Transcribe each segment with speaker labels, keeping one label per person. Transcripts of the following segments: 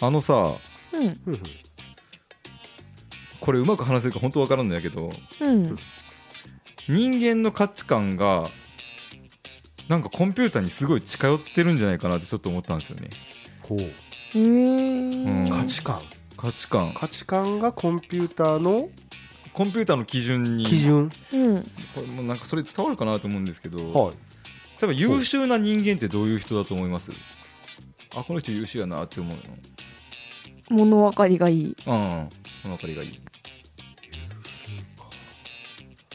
Speaker 1: あのさ
Speaker 2: うん
Speaker 3: うん
Speaker 1: これうまく話せるか本当わからんのやけど
Speaker 2: うん
Speaker 1: 人間の価値観がなんかコンピューターにすごい近寄ってるんじゃないかなってちょっと思ったんですよね
Speaker 3: ほう
Speaker 2: へ
Speaker 1: う
Speaker 2: え
Speaker 1: ん
Speaker 3: 価値観
Speaker 1: 価値観
Speaker 3: 価値観がコンピューターの
Speaker 1: コンピューターの基準に
Speaker 3: 基準
Speaker 2: うん
Speaker 1: これもうなんかそれ伝わるかなと思うんですけど、
Speaker 3: はい
Speaker 1: 多分優秀な人間ってどういう人だと思いますあこの人優秀やなって思う
Speaker 2: 物分かりがいい
Speaker 1: のうんこの辺りがいい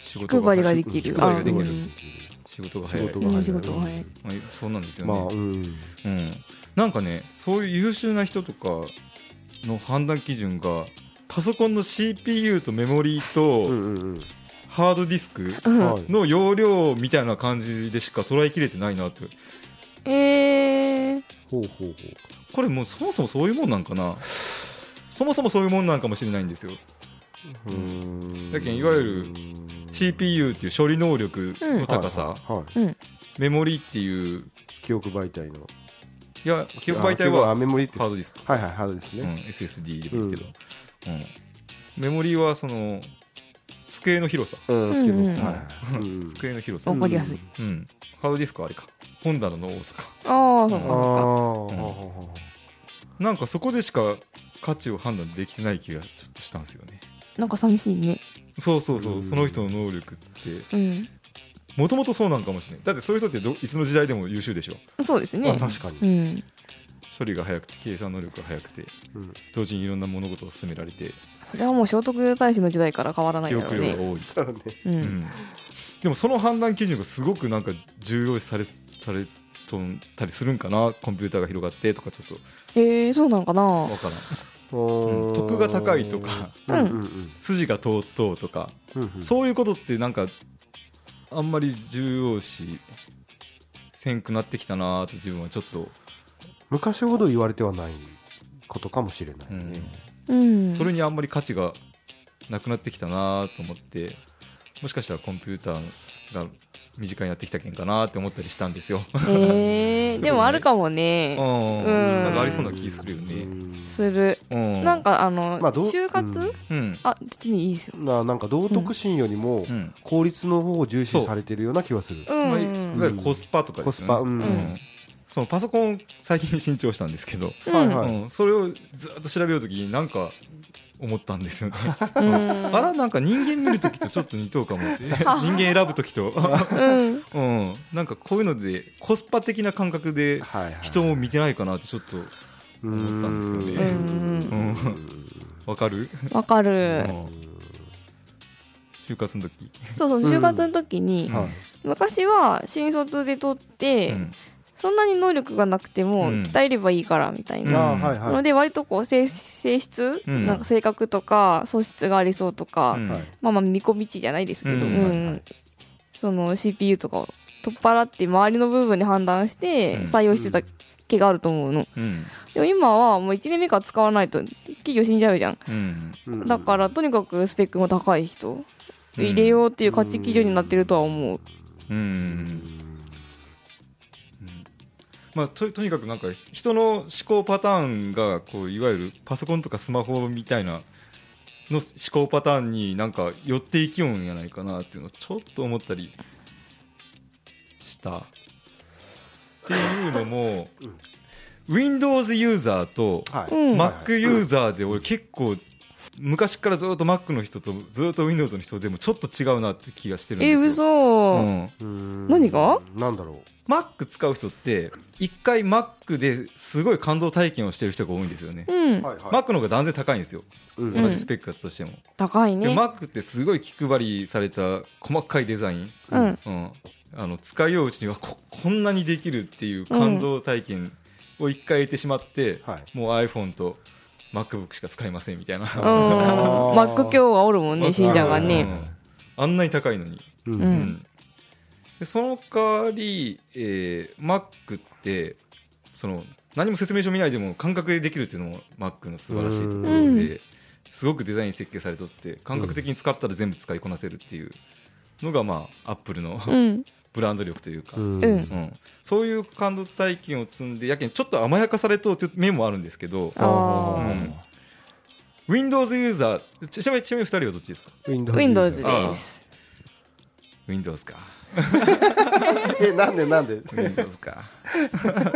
Speaker 1: 仕
Speaker 2: 気配りができ
Speaker 1: 仕
Speaker 2: る
Speaker 1: 事が
Speaker 2: あ
Speaker 1: でき
Speaker 2: う
Speaker 1: る
Speaker 2: ん
Speaker 1: 仕事が
Speaker 3: 仕
Speaker 1: 早い
Speaker 3: 事
Speaker 2: う
Speaker 3: が
Speaker 2: ん仕事が早い
Speaker 1: まあそうなんですよね、
Speaker 3: まあうん
Speaker 1: うん、なんかねそういう優秀な人とかの判断基準がパソコンの CPU とメモリー
Speaker 3: うん
Speaker 1: と
Speaker 3: うん
Speaker 1: ハードディスク
Speaker 2: う
Speaker 3: うん
Speaker 2: ん
Speaker 3: はい
Speaker 1: の容量みたいな感じでしか捉えきれてないなって
Speaker 2: えー
Speaker 3: ほうほうほう
Speaker 1: これもうそもそもそういうもんなんかなそもそもそういうもんなんかもしれないんですよ
Speaker 3: うーん
Speaker 1: だけんいわゆる CPU っていう処理能力の高さ、
Speaker 3: はいはいはい
Speaker 2: うん
Speaker 1: メモリーっていう
Speaker 3: 記憶媒体の
Speaker 1: いや記憶媒
Speaker 3: あ
Speaker 1: 体
Speaker 3: 記憶あ
Speaker 1: は
Speaker 3: メモリって
Speaker 1: ハー
Speaker 3: はい
Speaker 1: ドディスク、
Speaker 3: はいハードです
Speaker 1: うん
Speaker 3: ね、
Speaker 1: SSD でもいいけど、うんメモリーはその机の広さ
Speaker 3: うん
Speaker 2: ん
Speaker 3: つけます
Speaker 2: うん
Speaker 3: はいはいうん
Speaker 1: 机の広さ、
Speaker 2: わかりやすい
Speaker 1: うん、ハードディスクはあれか本棚の多さか
Speaker 2: ああそう
Speaker 3: あ
Speaker 2: かそ
Speaker 3: ー
Speaker 2: うか
Speaker 1: うん
Speaker 3: はははは
Speaker 1: なんかそこでしか価値を判断できてない気がちょっとしたんですよね
Speaker 2: なんか寂しいね
Speaker 1: そうそうそう、
Speaker 3: うん
Speaker 1: その人の能力って
Speaker 2: うん
Speaker 1: もともとそうなんかもしれないだってそういう人ってどいつの時代でも優秀でしょ
Speaker 2: そうです
Speaker 3: まあ
Speaker 2: ね
Speaker 3: 確かに
Speaker 2: うん
Speaker 1: 処理が早くて計算能力が早くて
Speaker 3: うん
Speaker 1: 同時にいろんな物事を進められて
Speaker 2: それはもう聖徳太子の時代から変わらない
Speaker 1: 記
Speaker 2: だ
Speaker 1: 憶
Speaker 2: ろう
Speaker 1: 量が
Speaker 2: ね
Speaker 1: 多い、
Speaker 3: そうね
Speaker 2: うん
Speaker 1: うんでもその判断基準がすごくなんか重要視されされとんたりするんかなコンピューターが広がってとかちょっと
Speaker 2: えーそうなんかな
Speaker 1: 分からん
Speaker 3: うん
Speaker 1: 得が高いとか
Speaker 3: うんうんうん
Speaker 1: 筋が通っとうとか
Speaker 3: うんうん
Speaker 1: そういうことってなんかあんまり重要視せんくなってきたなと自分はちょっと、
Speaker 3: 昔ほど言われてはないことかもしれな
Speaker 1: う
Speaker 3: い
Speaker 1: ん
Speaker 3: ね
Speaker 2: うん
Speaker 1: それにあんまり価値がなくなってきたなと思ってもしかしたらコンピューターが身近になってきたけんかなって思ったりしたんですよ。
Speaker 2: えーでもあるかも
Speaker 1: うん、
Speaker 2: ね
Speaker 1: なんかありそうな気するよ
Speaker 3: う
Speaker 1: ね。
Speaker 3: ん
Speaker 2: する
Speaker 1: うん、
Speaker 2: なんかあの
Speaker 3: まあどう
Speaker 2: 就
Speaker 3: う
Speaker 2: 活
Speaker 3: ん
Speaker 1: うん、
Speaker 2: あ別にいいですよ
Speaker 3: ななんか道徳心よりも
Speaker 1: うん
Speaker 3: 効率の方を重視されてるような気はする
Speaker 2: う
Speaker 1: つまりいわ
Speaker 2: ん
Speaker 1: ゆるコスパとかですよね
Speaker 3: コスパうん
Speaker 1: そのパソコン最近新調したんですけど、
Speaker 2: うん
Speaker 3: はいはい
Speaker 1: うん、それをずっと調べようときになんか思ったんですよね。
Speaker 2: うん
Speaker 1: あらなんか人間見るときとちょっと似とうかもって 人間選ぶときと、
Speaker 2: うん
Speaker 1: うん、なんかこういうのでコスパ的な感覚で
Speaker 3: はいはい
Speaker 1: 人も見てないかなってちょっと思ったんですよね
Speaker 3: う
Speaker 1: うん
Speaker 3: ん
Speaker 1: わかる、
Speaker 2: わか
Speaker 1: う
Speaker 2: る
Speaker 1: ん、就活の時、
Speaker 2: そうそう
Speaker 3: うん
Speaker 2: 就活の時に
Speaker 3: はい
Speaker 2: 昔は新卒で取っ
Speaker 1: う
Speaker 2: て
Speaker 1: ん
Speaker 2: そんなに能力がなくても
Speaker 1: うん
Speaker 2: 鍛えればいいからみたい
Speaker 1: うん
Speaker 2: な
Speaker 3: あーはいは
Speaker 2: の
Speaker 3: い
Speaker 2: で割とこう性性質
Speaker 1: うん
Speaker 2: なんか性格とか素質がありそうとか
Speaker 1: うん
Speaker 3: はい
Speaker 2: まあまあ見込み値じゃないですけど
Speaker 1: う
Speaker 2: うんんその CPU とかを取っ払って周りの部分で判断して
Speaker 1: うん
Speaker 2: 採用してた気があると思うの
Speaker 1: うん
Speaker 2: でも今はもう1年目から使わないと企業死んじゃうじゃん
Speaker 1: うん
Speaker 3: うん
Speaker 2: だからとにかくスペックも高い人入れようっていう価値基準になってるとは思う
Speaker 1: うんう
Speaker 3: うん
Speaker 1: んまあ、ととにかくなんか人の思考パターンがこういわゆるパソコンとかスマホみたいなの思考パターンになんか寄っていきようんやないかなっていうのをちょっと思ったりした。っていうのも、Windows ユーザーと
Speaker 3: はい
Speaker 2: うん
Speaker 3: はい
Speaker 1: Mac ユーザーで俺結構昔からずっと Mac の人とずっと Windows の人でもちょっと違うなって気がしてるん
Speaker 2: え
Speaker 1: ですよ。
Speaker 2: 嘘、
Speaker 1: うん
Speaker 3: うん
Speaker 2: 何が
Speaker 3: なんだろ
Speaker 1: Mac 使う人って一回 Mac ですごい感動体験をしてる人が多いんですよね、
Speaker 2: うん、
Speaker 3: うはいはい
Speaker 1: Mac の方が断然高いんですよ、
Speaker 3: うん
Speaker 2: うん
Speaker 1: 同じスペックだったとしても、
Speaker 2: 高い
Speaker 1: で
Speaker 2: ね
Speaker 1: Mac ってすごい気配りされた細かいデザイン、
Speaker 2: うん
Speaker 1: うん、あの使いよううちにはここんなにできるっていう感動体験を一回得てしまって、
Speaker 3: はい
Speaker 1: もう iPhone と MacBook しか使いませんみたいな、
Speaker 2: うん
Speaker 3: あー
Speaker 2: マック教がおるもんね信者が
Speaker 1: う
Speaker 2: ね
Speaker 1: んあんなに高いのに
Speaker 3: う
Speaker 2: うん
Speaker 3: ん
Speaker 1: でその代わり、えー Mac ってその何も説明書見ないでも感覚でできるっていうのも Mac の素晴らしいところで、
Speaker 2: うん
Speaker 1: すごくデザイン設計されとって感覚的に使ったら全部使いこなせるっていうのが、まあ、Apple の
Speaker 2: うん
Speaker 1: ブランド力というか、うん
Speaker 3: ん
Speaker 2: うん
Speaker 1: そういう感動体験を積んでやけにちょっと甘やかされとうという面もあるんですけど
Speaker 2: あ
Speaker 1: ーうん Windows ユーザーちちなみにちなみに2人はどっちですか
Speaker 3: Windows,
Speaker 2: Windows
Speaker 1: あー
Speaker 2: です。
Speaker 1: Windows か
Speaker 3: えなんでなんで
Speaker 1: Windows か、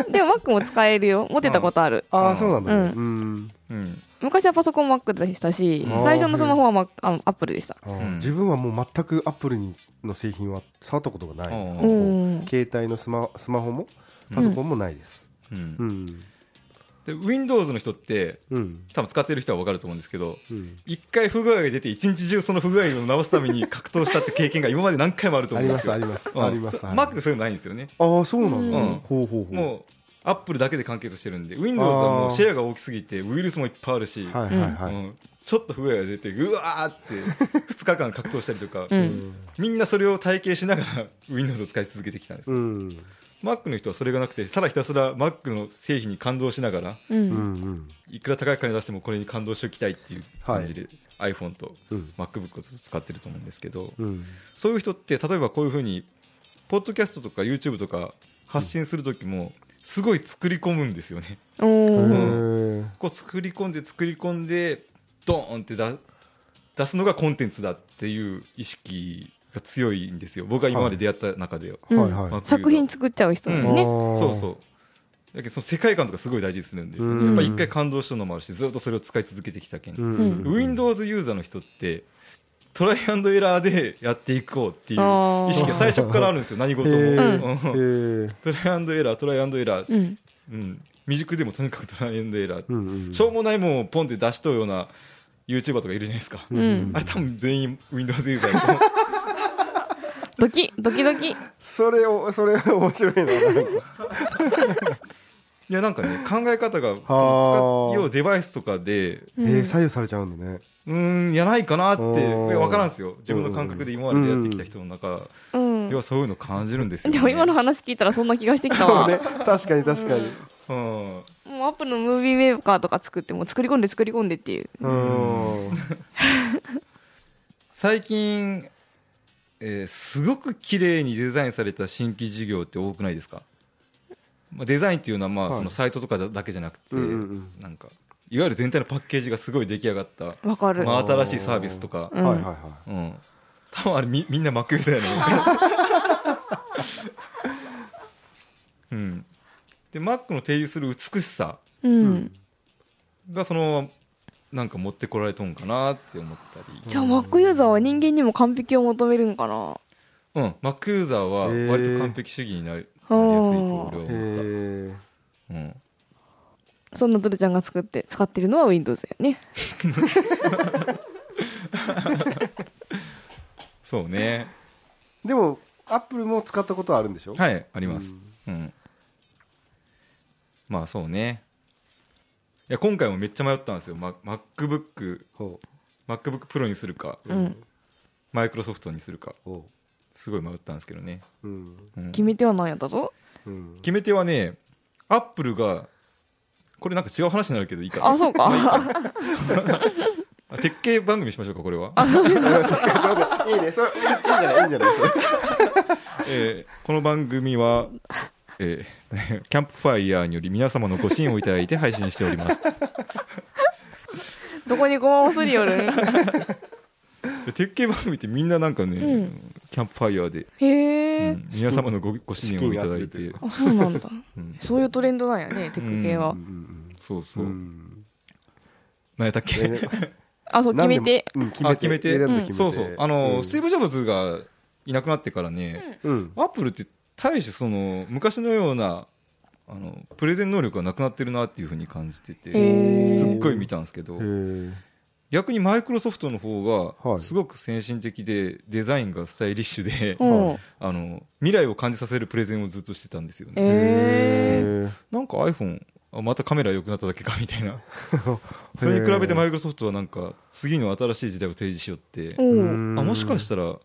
Speaker 2: でも Mac も使えるよ。持ってたことある。
Speaker 3: あ
Speaker 1: う
Speaker 3: あ
Speaker 1: ん
Speaker 3: そうなんだね
Speaker 2: う
Speaker 3: うん
Speaker 1: うん、
Speaker 2: 昔はパソコン Mac でしたし
Speaker 1: う、ん
Speaker 2: 最初のスマホは Mac、あの Apple でした。
Speaker 3: あー
Speaker 1: うん
Speaker 3: 自分はもう全くアップルにの製品は触ったことがな
Speaker 1: う
Speaker 3: い
Speaker 1: ん
Speaker 2: うん
Speaker 3: 携帯のスマスマホもパソコンもないです
Speaker 1: うん
Speaker 3: うん
Speaker 1: で Windows の人って
Speaker 3: うん
Speaker 1: 多分使ってる人は分かると思うんですけど
Speaker 3: うん
Speaker 1: 一回不具合が出て一日中その不具合を直すため に格闘したって経験が今まで何回もあると
Speaker 3: あ
Speaker 1: 思うんです
Speaker 3: ります
Speaker 1: よ
Speaker 3: あります
Speaker 1: うん
Speaker 3: あります
Speaker 1: そ
Speaker 3: はい
Speaker 1: Mac でそういうのないんですよね
Speaker 3: ああそうなんだ
Speaker 2: うん
Speaker 3: ほうほうほう
Speaker 1: もうアップルだけで完結してるんで Windows はもうシェアが大きすぎてウイルスもいっぱいあるし、
Speaker 3: はいはいは
Speaker 1: う
Speaker 3: い
Speaker 1: んちょっと不具合が出てうわーって2日 間格闘したりとか、
Speaker 2: うん
Speaker 1: みんなそれを体験しながら Windows を使い続けてきたんです、
Speaker 3: うん
Speaker 1: Mac の人はそれがなくてただひたすら Mac の製品に感動しながら
Speaker 2: う。
Speaker 3: うんうんん
Speaker 1: いくら高い金出してもこれに感動しておきたいっていう感じで、iPhone と
Speaker 3: うん
Speaker 1: MacBook をずっと使ってると思うんですけど、
Speaker 3: うん
Speaker 1: そういう人って例えばこういうふうにポッドキャストとか YouTube とか発信する時もすごい作り込むんですよね。
Speaker 2: おー
Speaker 3: へー
Speaker 1: こう作り込んで作り込んでドーンってだ出すのがコンテンツだっていう意識が強いんですよ僕が今まで出会った中では。
Speaker 2: うん
Speaker 3: はいはい
Speaker 1: まあ
Speaker 2: 作品作っちゃう人だよね。
Speaker 1: そうそうだけどその世界観とかすごい大事にするんですよ、
Speaker 3: うん
Speaker 1: やっぱ一回感動したのもあるしずっとそれを使い続けてきたけん、
Speaker 3: うん
Speaker 2: うん
Speaker 1: Windows ユーザーの人ってトライアンドエラーでやっていこうっていう意識が最初からあるんですよ何事も、
Speaker 3: へ
Speaker 1: うん
Speaker 3: へえ
Speaker 1: トライアンドエラートライアンドエラー、
Speaker 2: うん。
Speaker 1: うん、未熟でもとにかくトライアンドエラー、
Speaker 3: うんうん
Speaker 1: しょうもないもんをポンって出しとうような YouTuber とかいるじゃないですか、
Speaker 2: んう
Speaker 1: あれ多分全員 Windows ユーザ ー
Speaker 2: ドキ、ドキドキ。
Speaker 3: それをそれ面白いななんか
Speaker 1: いやなんかね考え方がその
Speaker 3: はあ
Speaker 1: 使うデバイスとかで
Speaker 3: え
Speaker 2: うん
Speaker 3: ー左右されちゃうんだね
Speaker 1: うーんやないかなって
Speaker 3: おー
Speaker 1: 分からんすよ自分の感覚で今までやってきた人の中
Speaker 2: うん
Speaker 1: ではそういうの感じるんですよ、ね、
Speaker 2: でも今の話聞いたらそんな気がしてきた
Speaker 3: そう
Speaker 2: わ。
Speaker 3: ね確かに確かに
Speaker 1: うん
Speaker 2: もうアップルのムービーメーカーとか作ってもう作り込んで作り込んでっていう。
Speaker 3: うん
Speaker 1: 最近、えーすごく綺麗にデザインされた新規事業って多くないですか、まあ、デザインっていうのはまあ
Speaker 3: はい
Speaker 1: そのサイトとかだけじゃなくて、
Speaker 3: うんうん
Speaker 1: なんかいわゆる全体のパッケージがすごい出来上がった、
Speaker 2: わかる。
Speaker 1: まあ、新しいサービスとか
Speaker 3: う
Speaker 2: うんん
Speaker 3: はいはいはい
Speaker 1: うん多分あれみみんな Mac ユーザーやねうんで Mac の提示する美しさ
Speaker 2: うん。
Speaker 1: がそのなんか持ってこられとんかなって思ったり
Speaker 2: じゃあ Mac ユーザーは人間にも完璧を求めるんかな
Speaker 1: うん、マックユーザーは
Speaker 3: へー
Speaker 1: 割と完璧主義になり
Speaker 2: あー
Speaker 1: なりやすいと俺は
Speaker 3: へ
Speaker 1: 思った、
Speaker 3: ー
Speaker 1: うん、
Speaker 2: そんなズルちゃんが作って使ってるのは Windows だよね
Speaker 1: そうね
Speaker 3: でもアップルも使ったことはあるんでしょい
Speaker 1: はいあります、うんまあそうねいや今回もめっちゃ迷ったんですよ、マ MacBook、
Speaker 3: ほ
Speaker 1: MacBook Pro にするか、
Speaker 2: うん
Speaker 1: マイクロソフトにするか
Speaker 3: う、ほ
Speaker 1: すごい迷ったんですけどね、
Speaker 3: ううん
Speaker 1: うん
Speaker 2: 決め手は何やったと
Speaker 3: うん
Speaker 1: 決め手はね、アップルが、これなんか違う話になるけどいいかな
Speaker 2: あそ うか
Speaker 1: あ鉄拳番組しましょうか、これは。
Speaker 3: いいね それいいいいんじゃないいいんじゃないそれ
Speaker 1: えーこの番組は、えーキャンプファイヤーにより皆様のご支援をいただいて配信しており ます
Speaker 2: どこにごまをすりよるん
Speaker 1: で鉄拳番組ってみんななんかね、
Speaker 2: うん
Speaker 1: キャンプファイヤーで、
Speaker 2: へ
Speaker 1: う
Speaker 2: え、
Speaker 1: ん皆様のごご支援をいただい
Speaker 3: 資金集め
Speaker 1: て
Speaker 3: て
Speaker 2: あそうなんだ
Speaker 1: うん
Speaker 2: そういうトレンドなんやねテック系
Speaker 1: う
Speaker 2: は、
Speaker 3: うん
Speaker 1: そうそうう、
Speaker 3: ん
Speaker 1: 何やったっけ、
Speaker 3: え
Speaker 2: あそう決め
Speaker 3: なんで
Speaker 2: 手
Speaker 3: もうん決
Speaker 1: あ
Speaker 3: め
Speaker 1: 決め
Speaker 3: て
Speaker 1: て
Speaker 3: 選んで
Speaker 2: うん
Speaker 3: 決めて
Speaker 1: そうそうあの、
Speaker 3: ん
Speaker 1: スティーブ・ジョブズがいなくなってからね、
Speaker 3: うん
Speaker 1: アップルって大してその昔のようなあのプレゼン能力がなくなってるなっていうふうに感じて
Speaker 2: へ
Speaker 1: て、
Speaker 2: え
Speaker 1: すっごい見たんですけど、
Speaker 3: へー
Speaker 1: 逆にマイクロソフトの方
Speaker 3: は
Speaker 1: が
Speaker 3: い
Speaker 1: すごく先進的でデザインがスタイリッシュで、
Speaker 2: うんへ
Speaker 1: あの未来を感じさせるプレゼンをずっとしてたんですよね
Speaker 2: え
Speaker 3: へー
Speaker 1: なんか iPhone あまたカメラ良くなっただけかみたいなそれに比べてマイクロソフトはなんか次の新しい時代を提示しよって
Speaker 2: おう
Speaker 3: うん
Speaker 1: あもしかしたら、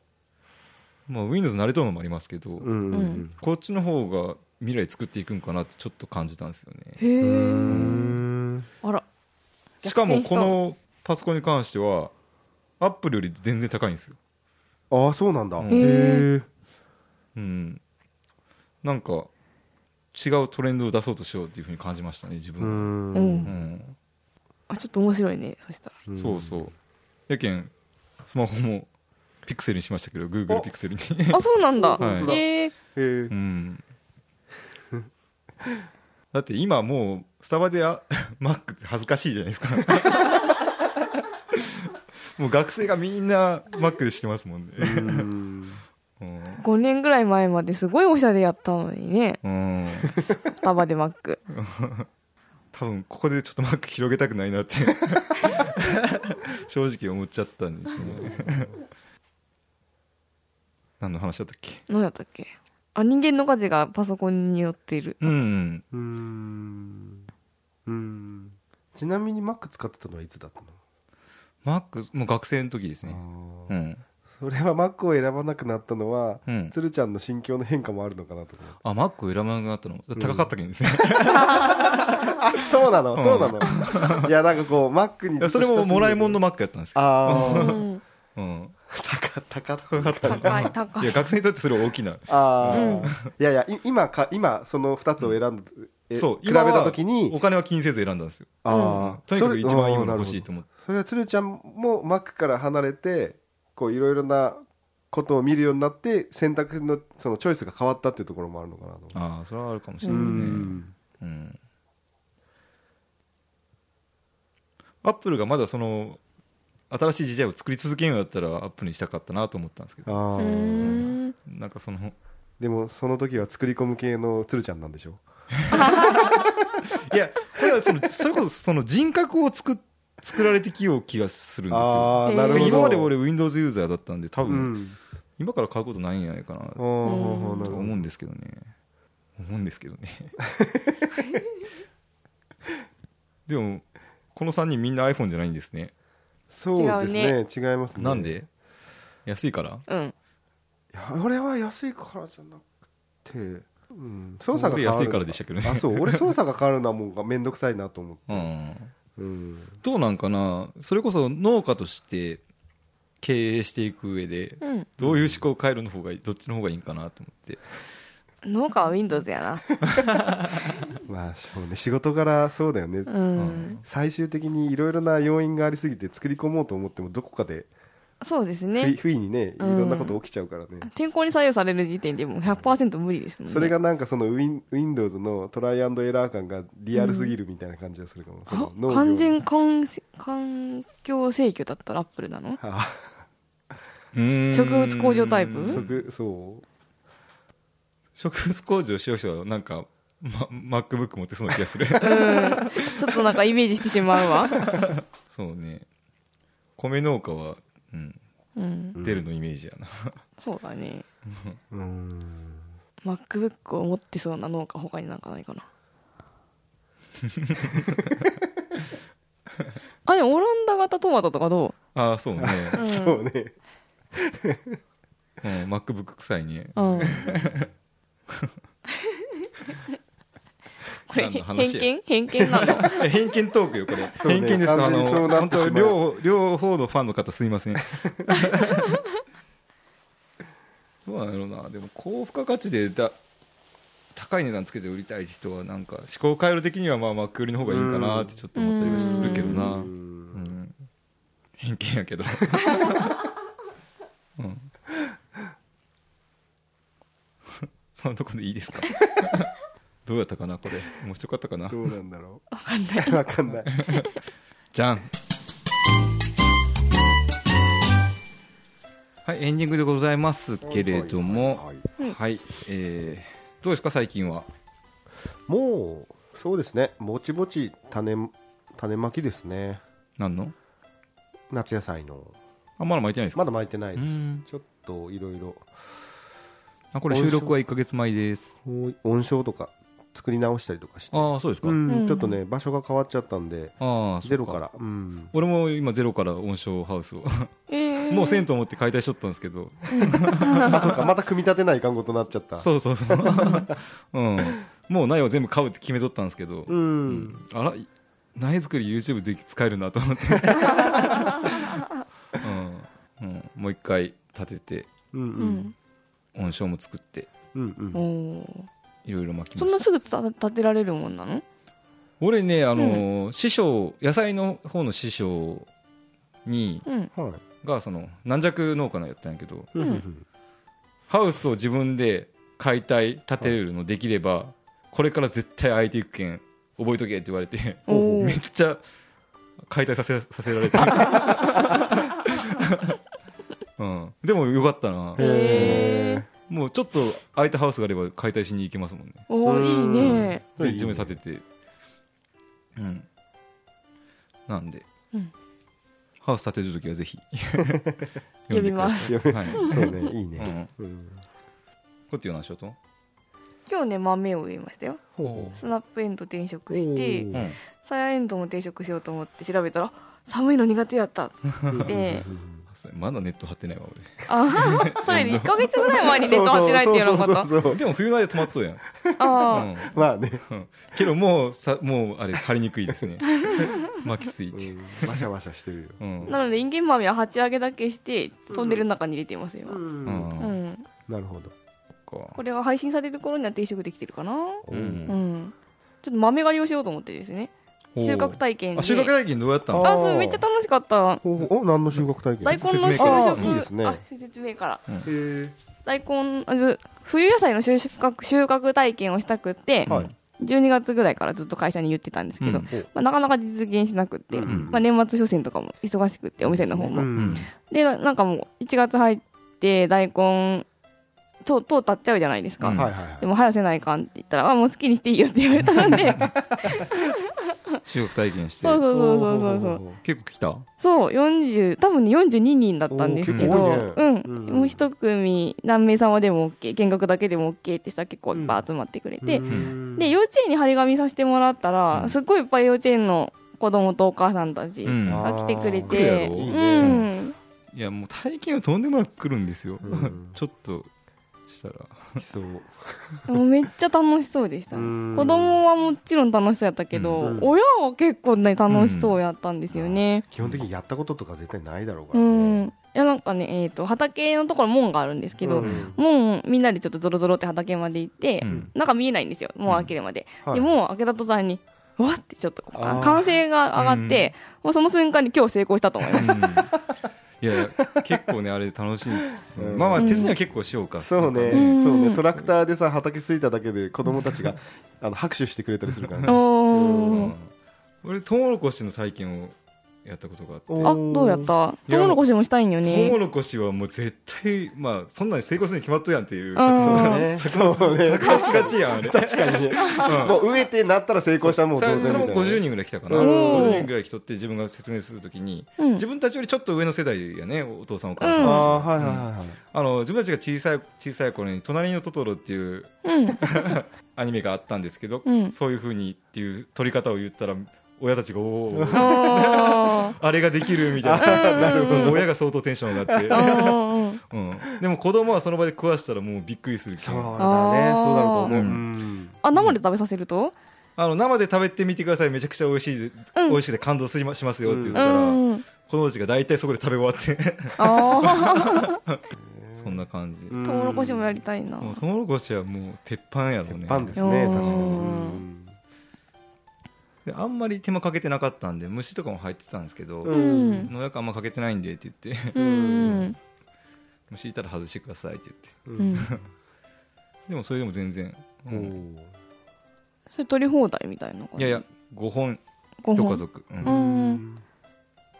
Speaker 1: まあ、Windows 慣れとるのもありますけど、
Speaker 3: うんうんうん
Speaker 1: こっちの方が未来作っていくんかなってちょっと感じたんですよね
Speaker 2: へ
Speaker 3: う
Speaker 2: え
Speaker 3: ん
Speaker 2: あら
Speaker 1: しか
Speaker 2: 逆
Speaker 1: も
Speaker 2: 転した
Speaker 1: このパソコンに関してはアップルより全然高いんですよ、
Speaker 3: ああそうなんだ
Speaker 1: うん
Speaker 3: へー
Speaker 1: うん、なんか違うトレンドを出そうとしようっていうふうに感じましたね自
Speaker 3: う
Speaker 1: 分、
Speaker 3: ん
Speaker 2: うん
Speaker 1: うん
Speaker 2: あちょっと面白いねそしたら
Speaker 3: ん
Speaker 1: そうそうやけんスマホもピクセルにしましたけど Google
Speaker 3: あ
Speaker 1: ピクセルに、
Speaker 2: あそうなんだ、
Speaker 1: はい
Speaker 2: えー
Speaker 3: へえ
Speaker 1: うん、だって今もうスタバであ Mac って恥ずかしいじゃないですかもう学生がみんな Mac でしてますもんね
Speaker 3: うん
Speaker 1: うん
Speaker 2: 5年ぐらい前まですごいおしゃれやったのにね
Speaker 1: うん
Speaker 2: 束でマック
Speaker 1: 多分ここでちょっとマック広げたくないなって正直思っちゃったんですね何の話だったっけ
Speaker 2: 何やったっけあ人間の価値がパソコンによっている
Speaker 1: うん
Speaker 3: うんうんちなみに Mac 使ってたのはいつだったの
Speaker 1: マックもう学生の時ですねう
Speaker 3: あー
Speaker 1: ん
Speaker 3: それは Mac を選ばなくなったのは、
Speaker 1: うん
Speaker 3: つるちゃんの心境の変化もあるのかなと思って
Speaker 1: あマックを選ばなくなったの高かったけん ですね、
Speaker 3: あそうなの
Speaker 1: うん
Speaker 3: そう なのいやなんかこう Mac に
Speaker 1: いやそれももらいもんの
Speaker 3: の
Speaker 1: マックやったんですけど
Speaker 3: あ
Speaker 2: う
Speaker 3: ー
Speaker 2: ん
Speaker 1: うん、
Speaker 3: 高高高
Speaker 1: 高かったんです
Speaker 2: 高い高
Speaker 1: い
Speaker 2: い
Speaker 1: や学生にとってそれは大きな
Speaker 3: あー、
Speaker 2: うん
Speaker 3: いやいやい今か今その2つを選んで、
Speaker 1: そう
Speaker 3: 比べた時
Speaker 1: お
Speaker 3: に
Speaker 1: 金は気にせず選んだんですよ
Speaker 3: あー
Speaker 1: とにか
Speaker 3: そ
Speaker 1: く
Speaker 3: れ
Speaker 1: 一番いい
Speaker 3: あー
Speaker 1: ものが
Speaker 3: な
Speaker 1: 欲
Speaker 3: るほど
Speaker 1: しいと思って
Speaker 3: それはつるちゃんも Mac から離れてこういろいろなことを見るようになって選択のそのチョイスが変わったっていうところもあるのかなと思う
Speaker 1: ああそれはあるかもし
Speaker 2: ー
Speaker 1: れ
Speaker 3: う
Speaker 1: ないですね
Speaker 3: ん
Speaker 1: うんアップルがまだその新しい時代を作り続けるんだったらアップにしたかったなと思ったんですけ
Speaker 3: あ
Speaker 1: ど
Speaker 2: う
Speaker 3: ー
Speaker 2: ーん
Speaker 1: なんかその
Speaker 3: でもその時は作り込む系のつるちゃんなんでしょ
Speaker 1: いやこれはその それこそその人格を作っ作られてきよう気がするんですよ
Speaker 3: あ
Speaker 2: え
Speaker 3: ー
Speaker 2: ー
Speaker 3: なるほど
Speaker 1: 今まで俺 Windows ユーザーだったんで多
Speaker 3: う
Speaker 1: 分
Speaker 3: ん
Speaker 1: 今から買うことないんじゃないかな
Speaker 3: あー
Speaker 2: うん
Speaker 3: な
Speaker 1: と
Speaker 3: るほど
Speaker 1: 思うんですけどね思うんですけど ねでもこの3人みんな iPhone じゃないんですね
Speaker 3: そうですね違いますね
Speaker 1: なんで安いから
Speaker 2: うん
Speaker 3: いや俺は安いからじゃなくて、うん、操作が
Speaker 1: 僕
Speaker 3: 変わる
Speaker 1: 安いからでしたけどね
Speaker 3: あそう俺操作が変わるのはもう面倒くさいなと思っ
Speaker 1: う
Speaker 3: て、
Speaker 1: ん
Speaker 3: うん
Speaker 1: どうなんかなそれこそ農家として経営していく上で
Speaker 2: うん
Speaker 1: どういう思考回路の方がいいどっちの方がいいんかなと思って
Speaker 2: 農家は Windows やな
Speaker 3: まあそうね仕事柄そうだよね、
Speaker 2: うん
Speaker 3: 最終的にいろいろな要因がありすぎて作り込もうと思ってもどこかで
Speaker 2: そうです
Speaker 3: 不意
Speaker 2: ね
Speaker 3: 不意にねい
Speaker 2: うん
Speaker 3: ろんなこと起きちゃうからね、
Speaker 2: 天候に左右される時点でもう100%無理ですもんね
Speaker 3: それがなんかそのウィン Windows のトライアンドエラー感がリアルすぎるみたいな感じがするかも、そ
Speaker 2: あ
Speaker 3: の農業
Speaker 2: 完全環環境制御だったらアップルな の
Speaker 3: あ
Speaker 1: 植
Speaker 2: 植物工場タイプ
Speaker 3: そぐそう
Speaker 1: 植物工場しよう人はなんか、ま、MacBook 持ってそうな気がする
Speaker 2: ちょっとなんかイメージしてしまうわ、
Speaker 1: そうね米農家は、うん、
Speaker 2: うん、
Speaker 1: デルのイメージやな、
Speaker 2: そうだね
Speaker 3: うーん
Speaker 2: MacBook を持ってそうな農家他になんかないか なあでもオランダ型トマトとかど
Speaker 1: ああそうね、
Speaker 2: う、うん、
Speaker 3: そうね
Speaker 1: うん、MacBook 臭いね
Speaker 2: うん これ
Speaker 1: 何の
Speaker 2: 偏
Speaker 1: 話や
Speaker 2: 見偏見なの
Speaker 1: いや 偏見トークよこれ、
Speaker 3: うね
Speaker 1: 偏見ですあ
Speaker 3: 完全にそ
Speaker 1: の
Speaker 3: うなっ
Speaker 1: 本
Speaker 3: てしま
Speaker 1: 当
Speaker 3: う
Speaker 1: 両両方のファンの方すいま せんどうなんやろうなでも高付加価値でだ高い値段つけて売りたい人はなんか思考回路的にはまあマック売りの方がいいかなってちょっと思ったりはするけど
Speaker 3: う
Speaker 1: な、
Speaker 3: ー
Speaker 1: うん
Speaker 3: ん
Speaker 1: 偏見やけ ど、うん、 そのとこでいいです かどうやったかなこれ面白かったかな
Speaker 3: どうなんだろ
Speaker 2: わかんないう
Speaker 3: わかんない
Speaker 1: じゃんはいエンディングでございますけれども
Speaker 3: はい
Speaker 1: はいえーどうですか最近は
Speaker 3: もうそうですねぼちぼち種種まきですね
Speaker 1: 何の
Speaker 3: 夏野菜の
Speaker 1: あまだ巻いてないですか
Speaker 3: まだ巻いてないうです、
Speaker 1: ん
Speaker 3: ちょっといろいろ
Speaker 1: あこれ収録は1か月前です
Speaker 3: 音章とか作り直したりとかして
Speaker 1: ああそうですか、
Speaker 3: うん
Speaker 2: うん
Speaker 3: ちょっとね場所が変わっちゃったんで
Speaker 1: ああそっ
Speaker 3: ゼロからうん
Speaker 1: 俺も今ゼロから音床ハウスを
Speaker 2: えー
Speaker 1: もう銭湯持って解体しとったんですけど
Speaker 3: あそうかまた組み立てないかんことになっちゃった
Speaker 1: そうそうそう うんもう苗を全部買うって決めとったんですけど、
Speaker 3: う
Speaker 1: うんんあら苗作り YouTube で使えるなと 思って、うんうんもう一回立てて
Speaker 3: うんう
Speaker 2: うん
Speaker 3: ん
Speaker 1: 音章も作って
Speaker 3: うんうん
Speaker 2: おー
Speaker 1: いろいろ巻き
Speaker 2: そ
Speaker 1: まし
Speaker 2: んな
Speaker 1: た
Speaker 2: すぐつた立てられるもんなの
Speaker 1: 俺ねあの、師匠野菜の方の師匠に
Speaker 2: うん
Speaker 3: はい
Speaker 1: がその軟弱農家のやったんやけど
Speaker 3: うんうん
Speaker 1: ハウスを自分で解体建てれるのできれば、これから絶対空いていくけん覚えとけって言われて
Speaker 2: おお
Speaker 1: めっちゃ解体させさせられ て、うん、でもよかったな
Speaker 2: へえ
Speaker 1: もうちょっと空いたハウスがあれば解体しに行けますもんね
Speaker 2: おおいいね
Speaker 3: うん
Speaker 1: で自分で建ててうんなんで、
Speaker 2: うん
Speaker 1: ハウス建てる時は ぜひ
Speaker 2: 呼びま
Speaker 1: 呼
Speaker 2: す
Speaker 1: んでくださいはい
Speaker 3: そうねいいねうん
Speaker 1: こっていう話をと
Speaker 2: 今日ね豆を植えましたよ
Speaker 1: ほ
Speaker 2: スナップエンド転職して
Speaker 1: うん
Speaker 2: サヤエンドウも転職しようと思って調べたら寒いの苦手やったで
Speaker 1: それまだネット張ってないわ
Speaker 2: あそれで1か月ぐらい前にネット張ってないっていうようなこと
Speaker 3: そうそうそう
Speaker 1: 俺でも冬の間止まっとうやん、
Speaker 2: あ
Speaker 1: うん
Speaker 3: まあね
Speaker 1: うんけどもうさもうあれ張りにくいですね 巻きすぎ
Speaker 3: う
Speaker 1: て、
Speaker 3: んバシャバシャしてるよ
Speaker 1: うん
Speaker 2: あなのでインゲン豆は鉢上げだけしてトンネルの中に入れてますよ
Speaker 3: う、
Speaker 1: うんん
Speaker 2: う
Speaker 1: そっ
Speaker 2: ん、
Speaker 3: なるほど
Speaker 1: か
Speaker 2: これが配信される頃には定食できてるかな
Speaker 1: う
Speaker 2: うんんちょっと豆狩りをしようと思ってですね収穫体験で
Speaker 1: あ収穫体験どうやったの
Speaker 2: あそうめっちゃ楽しかった
Speaker 3: ほうほうお何の収穫体験
Speaker 2: 大根の
Speaker 1: 説明
Speaker 2: 収
Speaker 1: から
Speaker 3: あーいいです
Speaker 2: 穫
Speaker 3: ね
Speaker 2: あ説明から
Speaker 3: へ
Speaker 2: 大根あず冬野菜の収穫収穫体験をしたくって、
Speaker 3: はい
Speaker 2: 12月ぐらいからずっと会社に言ってたんですけど、
Speaker 1: うん
Speaker 2: まあ、なかなか実現しなくって、
Speaker 3: うん
Speaker 2: まあ、年末初戦とかも忙しくってお店の方
Speaker 3: う
Speaker 2: も、
Speaker 1: うん
Speaker 3: ん
Speaker 2: でななんかもう1月入って大根とうとう経っちゃうじゃないですか、
Speaker 1: うん
Speaker 3: はいはいはい
Speaker 2: でも早せないかんって言ったら、あもう好きにしていいよって言われたので
Speaker 1: 収穫体験して
Speaker 2: そうそうそうそうそうそう
Speaker 1: 結構来た
Speaker 2: そう40多分ね42人だったんですけど、
Speaker 1: お
Speaker 3: ー結構
Speaker 2: う
Speaker 3: 多い
Speaker 2: ん
Speaker 3: ねうん
Speaker 2: もう一組何名様でも OK 見学だけでも OK ってさ結構いっぱい集まってくれて、
Speaker 3: うん
Speaker 2: で幼稚園に張り紙させてもらったら、
Speaker 1: うん
Speaker 2: すっごいいっぱい幼稚園の子供とお母さんたち
Speaker 1: うん
Speaker 2: が来てくれ
Speaker 1: 来るや
Speaker 2: て、
Speaker 1: ろ
Speaker 2: うん
Speaker 1: いやもう体験はとんでもなく来るんですよ、
Speaker 3: うん
Speaker 1: ちょっとしたら
Speaker 3: 来そう
Speaker 2: もうめっちゃ楽しそうでした、
Speaker 3: うん
Speaker 2: 子供はもちろん楽しそうやったけど、
Speaker 3: うん
Speaker 2: 親は結構ね楽しそうやったんですよね
Speaker 3: 基本的にやったこととか絶対ないだろうか
Speaker 2: う
Speaker 3: らね
Speaker 2: ん、いやなんかね、えー、と畑のところ門があるんですけど、
Speaker 3: うん
Speaker 2: 門みんなでちょっとゾロゾロって畑まで行って、
Speaker 1: うん
Speaker 2: なんか見えないんですよもう開けるまで、
Speaker 3: はい
Speaker 2: でもう開けた途端にわってちょっとこう
Speaker 3: あー
Speaker 2: 歓声が上がって、もうその瞬間に今日成功したと思います
Speaker 1: いや結構ねあれ楽しいです、
Speaker 3: うん
Speaker 1: まあまあ手伝いは結構しようか、
Speaker 3: そうね、
Speaker 2: うん
Speaker 3: そうね、トラクターでさ、畑すいただけで、子供たちが、あの、拍手してくれたりするからね。
Speaker 1: う
Speaker 2: お
Speaker 1: ん俺トウモロコシの体験をやったことがあって
Speaker 3: お
Speaker 2: あどうやったト
Speaker 1: いや
Speaker 2: ウモロコシもしたいんよ
Speaker 1: トウモ
Speaker 2: ね
Speaker 1: ロコシはもう絶対まあそんなに成功するに決まっとるやんっていう
Speaker 2: あ
Speaker 3: そ
Speaker 2: ー
Speaker 3: うね。
Speaker 1: 作物
Speaker 3: そうね。
Speaker 1: 作物しがちやんあれ
Speaker 3: 確かにね。 もう植えてなったら成功したらもう
Speaker 1: さ
Speaker 3: 当然み
Speaker 1: そ
Speaker 3: た
Speaker 1: れ
Speaker 3: い
Speaker 1: も
Speaker 3: な。
Speaker 1: 50人ぐらい来たかな
Speaker 3: うん
Speaker 1: 50人ぐらい来とって自分が説明するときに
Speaker 2: うん
Speaker 1: 自分たちよりちょっと上の世代やねお父さんお母さ
Speaker 3: あ
Speaker 1: ん
Speaker 2: うん
Speaker 3: あ、
Speaker 1: たち
Speaker 3: はいはいはいはい。
Speaker 1: あの自分たちが小さい小さい頃に「隣のトトロ」っていう
Speaker 2: うん
Speaker 1: アニメがあったんですけど、
Speaker 2: うん
Speaker 1: そういうふうにっていう撮り方を言ったら親たちが「おお
Speaker 2: お ー
Speaker 1: あれができる」みたいな親が相当テンション上がって
Speaker 2: お、ー
Speaker 1: うん、でも子供はその場で食わしたらもうびっくりするけ
Speaker 3: そ
Speaker 1: ど
Speaker 3: うだね。そうだろうと思う。
Speaker 1: うん
Speaker 3: うん
Speaker 2: あ生で食べさせると
Speaker 1: あの生で食べてみてくださいめちゃくちゃ美味しい、
Speaker 2: うん
Speaker 1: 美味しくて感動しましますよって言っ
Speaker 2: う
Speaker 1: たら、
Speaker 2: ん
Speaker 1: 子供たちが大体そこで食べ終わって
Speaker 2: あー
Speaker 1: そんな感じで、
Speaker 2: トウモロコシもやりたいな
Speaker 1: もうトウモロコシはもう鉄板やろうね
Speaker 3: パンですね、
Speaker 2: うん
Speaker 3: 確かにうん。
Speaker 1: であんまり手間かけてなかったんで虫とかも入ってたんですけど、
Speaker 3: う
Speaker 2: うん
Speaker 1: 農薬あんまかけてないんでって言って
Speaker 2: うん
Speaker 1: 虫いたら外してくださいって言って
Speaker 2: うん
Speaker 1: でもそれでも全然、
Speaker 3: お
Speaker 1: うん
Speaker 3: ー
Speaker 2: それ取り放題みたいない
Speaker 1: やいや5本
Speaker 2: ご
Speaker 1: 1
Speaker 2: 飯
Speaker 1: 家族、うん
Speaker 2: うん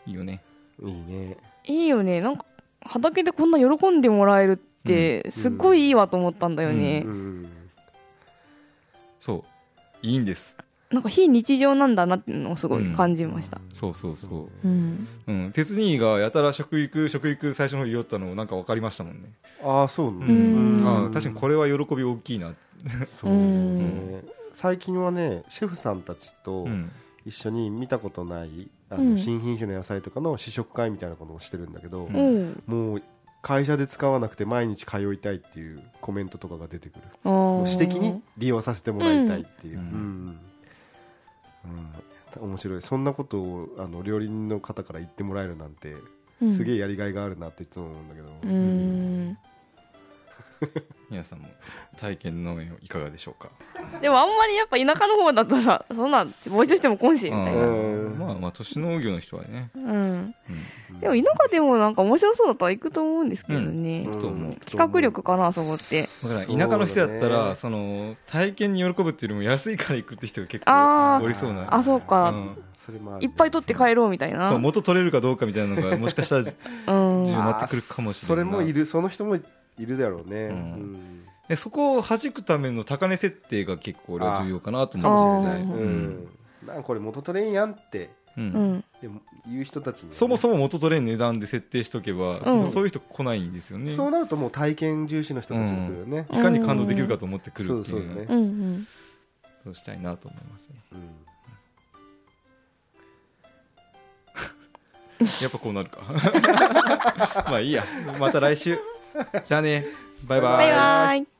Speaker 1: いいよね
Speaker 3: いいね。
Speaker 2: いいよねなんか畑でこんな喜んでもらえるってすっごいいいわと思ったんだよね
Speaker 3: うん
Speaker 1: そういいんです
Speaker 2: なんか非日常なんだなっていうのをすごい感じました
Speaker 1: そうそうそう
Speaker 2: うん
Speaker 1: うん、鉄兄がやたら食育食育最初の方言おったのなんか分かりましたもんね、
Speaker 3: ああ、そうね
Speaker 2: んう
Speaker 1: ああ確かにこれは喜び大きいな
Speaker 3: そうね最近はね、シェフさんたちと、
Speaker 1: うん
Speaker 3: 一緒に見たことないあ
Speaker 2: うん
Speaker 3: の新品種の野菜とかの試食会みたいなことをしてるんだけど、
Speaker 1: うん
Speaker 2: うん
Speaker 3: もう会社で使わなくて毎日通いたいっていうコメントとかが出てくる
Speaker 2: あ
Speaker 3: もう
Speaker 2: ー
Speaker 3: 私的に利用させてもらいたいっていう、
Speaker 1: う
Speaker 3: うんんうん面白いそんなことをあの料理人の方から言ってもらえるなんて、
Speaker 2: うん
Speaker 3: すげえやりがいがあるなっていつも思うんだけど、
Speaker 2: うーん
Speaker 1: 皆さんも体験農園いかがでしょうか
Speaker 2: でもあんまりやっぱ田舎の方だとさそんなんもう一しても今しみたいな
Speaker 1: うんまあまあ都市農業の人はね、
Speaker 2: うん
Speaker 1: う
Speaker 2: でも田舎でもなんか面白そうだったら行くと思うんですけどね、
Speaker 1: んと思う
Speaker 2: 企画力かなそこって
Speaker 1: ん、だから田舎の人だった
Speaker 3: そうだ
Speaker 1: ら
Speaker 3: ね
Speaker 1: その体験に喜ぶっていうよりも安いから行くって人が結
Speaker 2: あ
Speaker 1: 構
Speaker 2: ー
Speaker 1: おりそうな
Speaker 2: あそうか
Speaker 1: うん
Speaker 3: それもある
Speaker 2: いっぱい取って帰ろうみたいな
Speaker 1: そう元取れるかどうかみたいなのがもしかしたら
Speaker 2: うん
Speaker 1: 自由になってくるかもしれない
Speaker 3: それもいるその人もいるだろうね、
Speaker 1: う
Speaker 3: うんん
Speaker 1: えそこを弾くための高値設定が結構俺は重要かなと思うかもしれ
Speaker 2: あ
Speaker 1: な
Speaker 2: ー
Speaker 1: い、
Speaker 3: う
Speaker 1: うんん
Speaker 3: なんかこれ元取れんやんって
Speaker 1: うん
Speaker 2: うん
Speaker 3: でも言う人たちに、
Speaker 1: そもそも元取れん値段で設定しとけば、
Speaker 2: うん
Speaker 1: そういう人来ないんですよね
Speaker 3: そうなるともう体験重視の人たちが来るよね、
Speaker 1: いかに感動できるかと思ってくるっていう
Speaker 3: そうそうね
Speaker 2: うんうん
Speaker 1: そうしたいなと思いますね
Speaker 3: うん
Speaker 1: やっぱこうなるか まあいいやまた来週じゃあねバイバ
Speaker 2: バ
Speaker 1: イ
Speaker 2: イバイ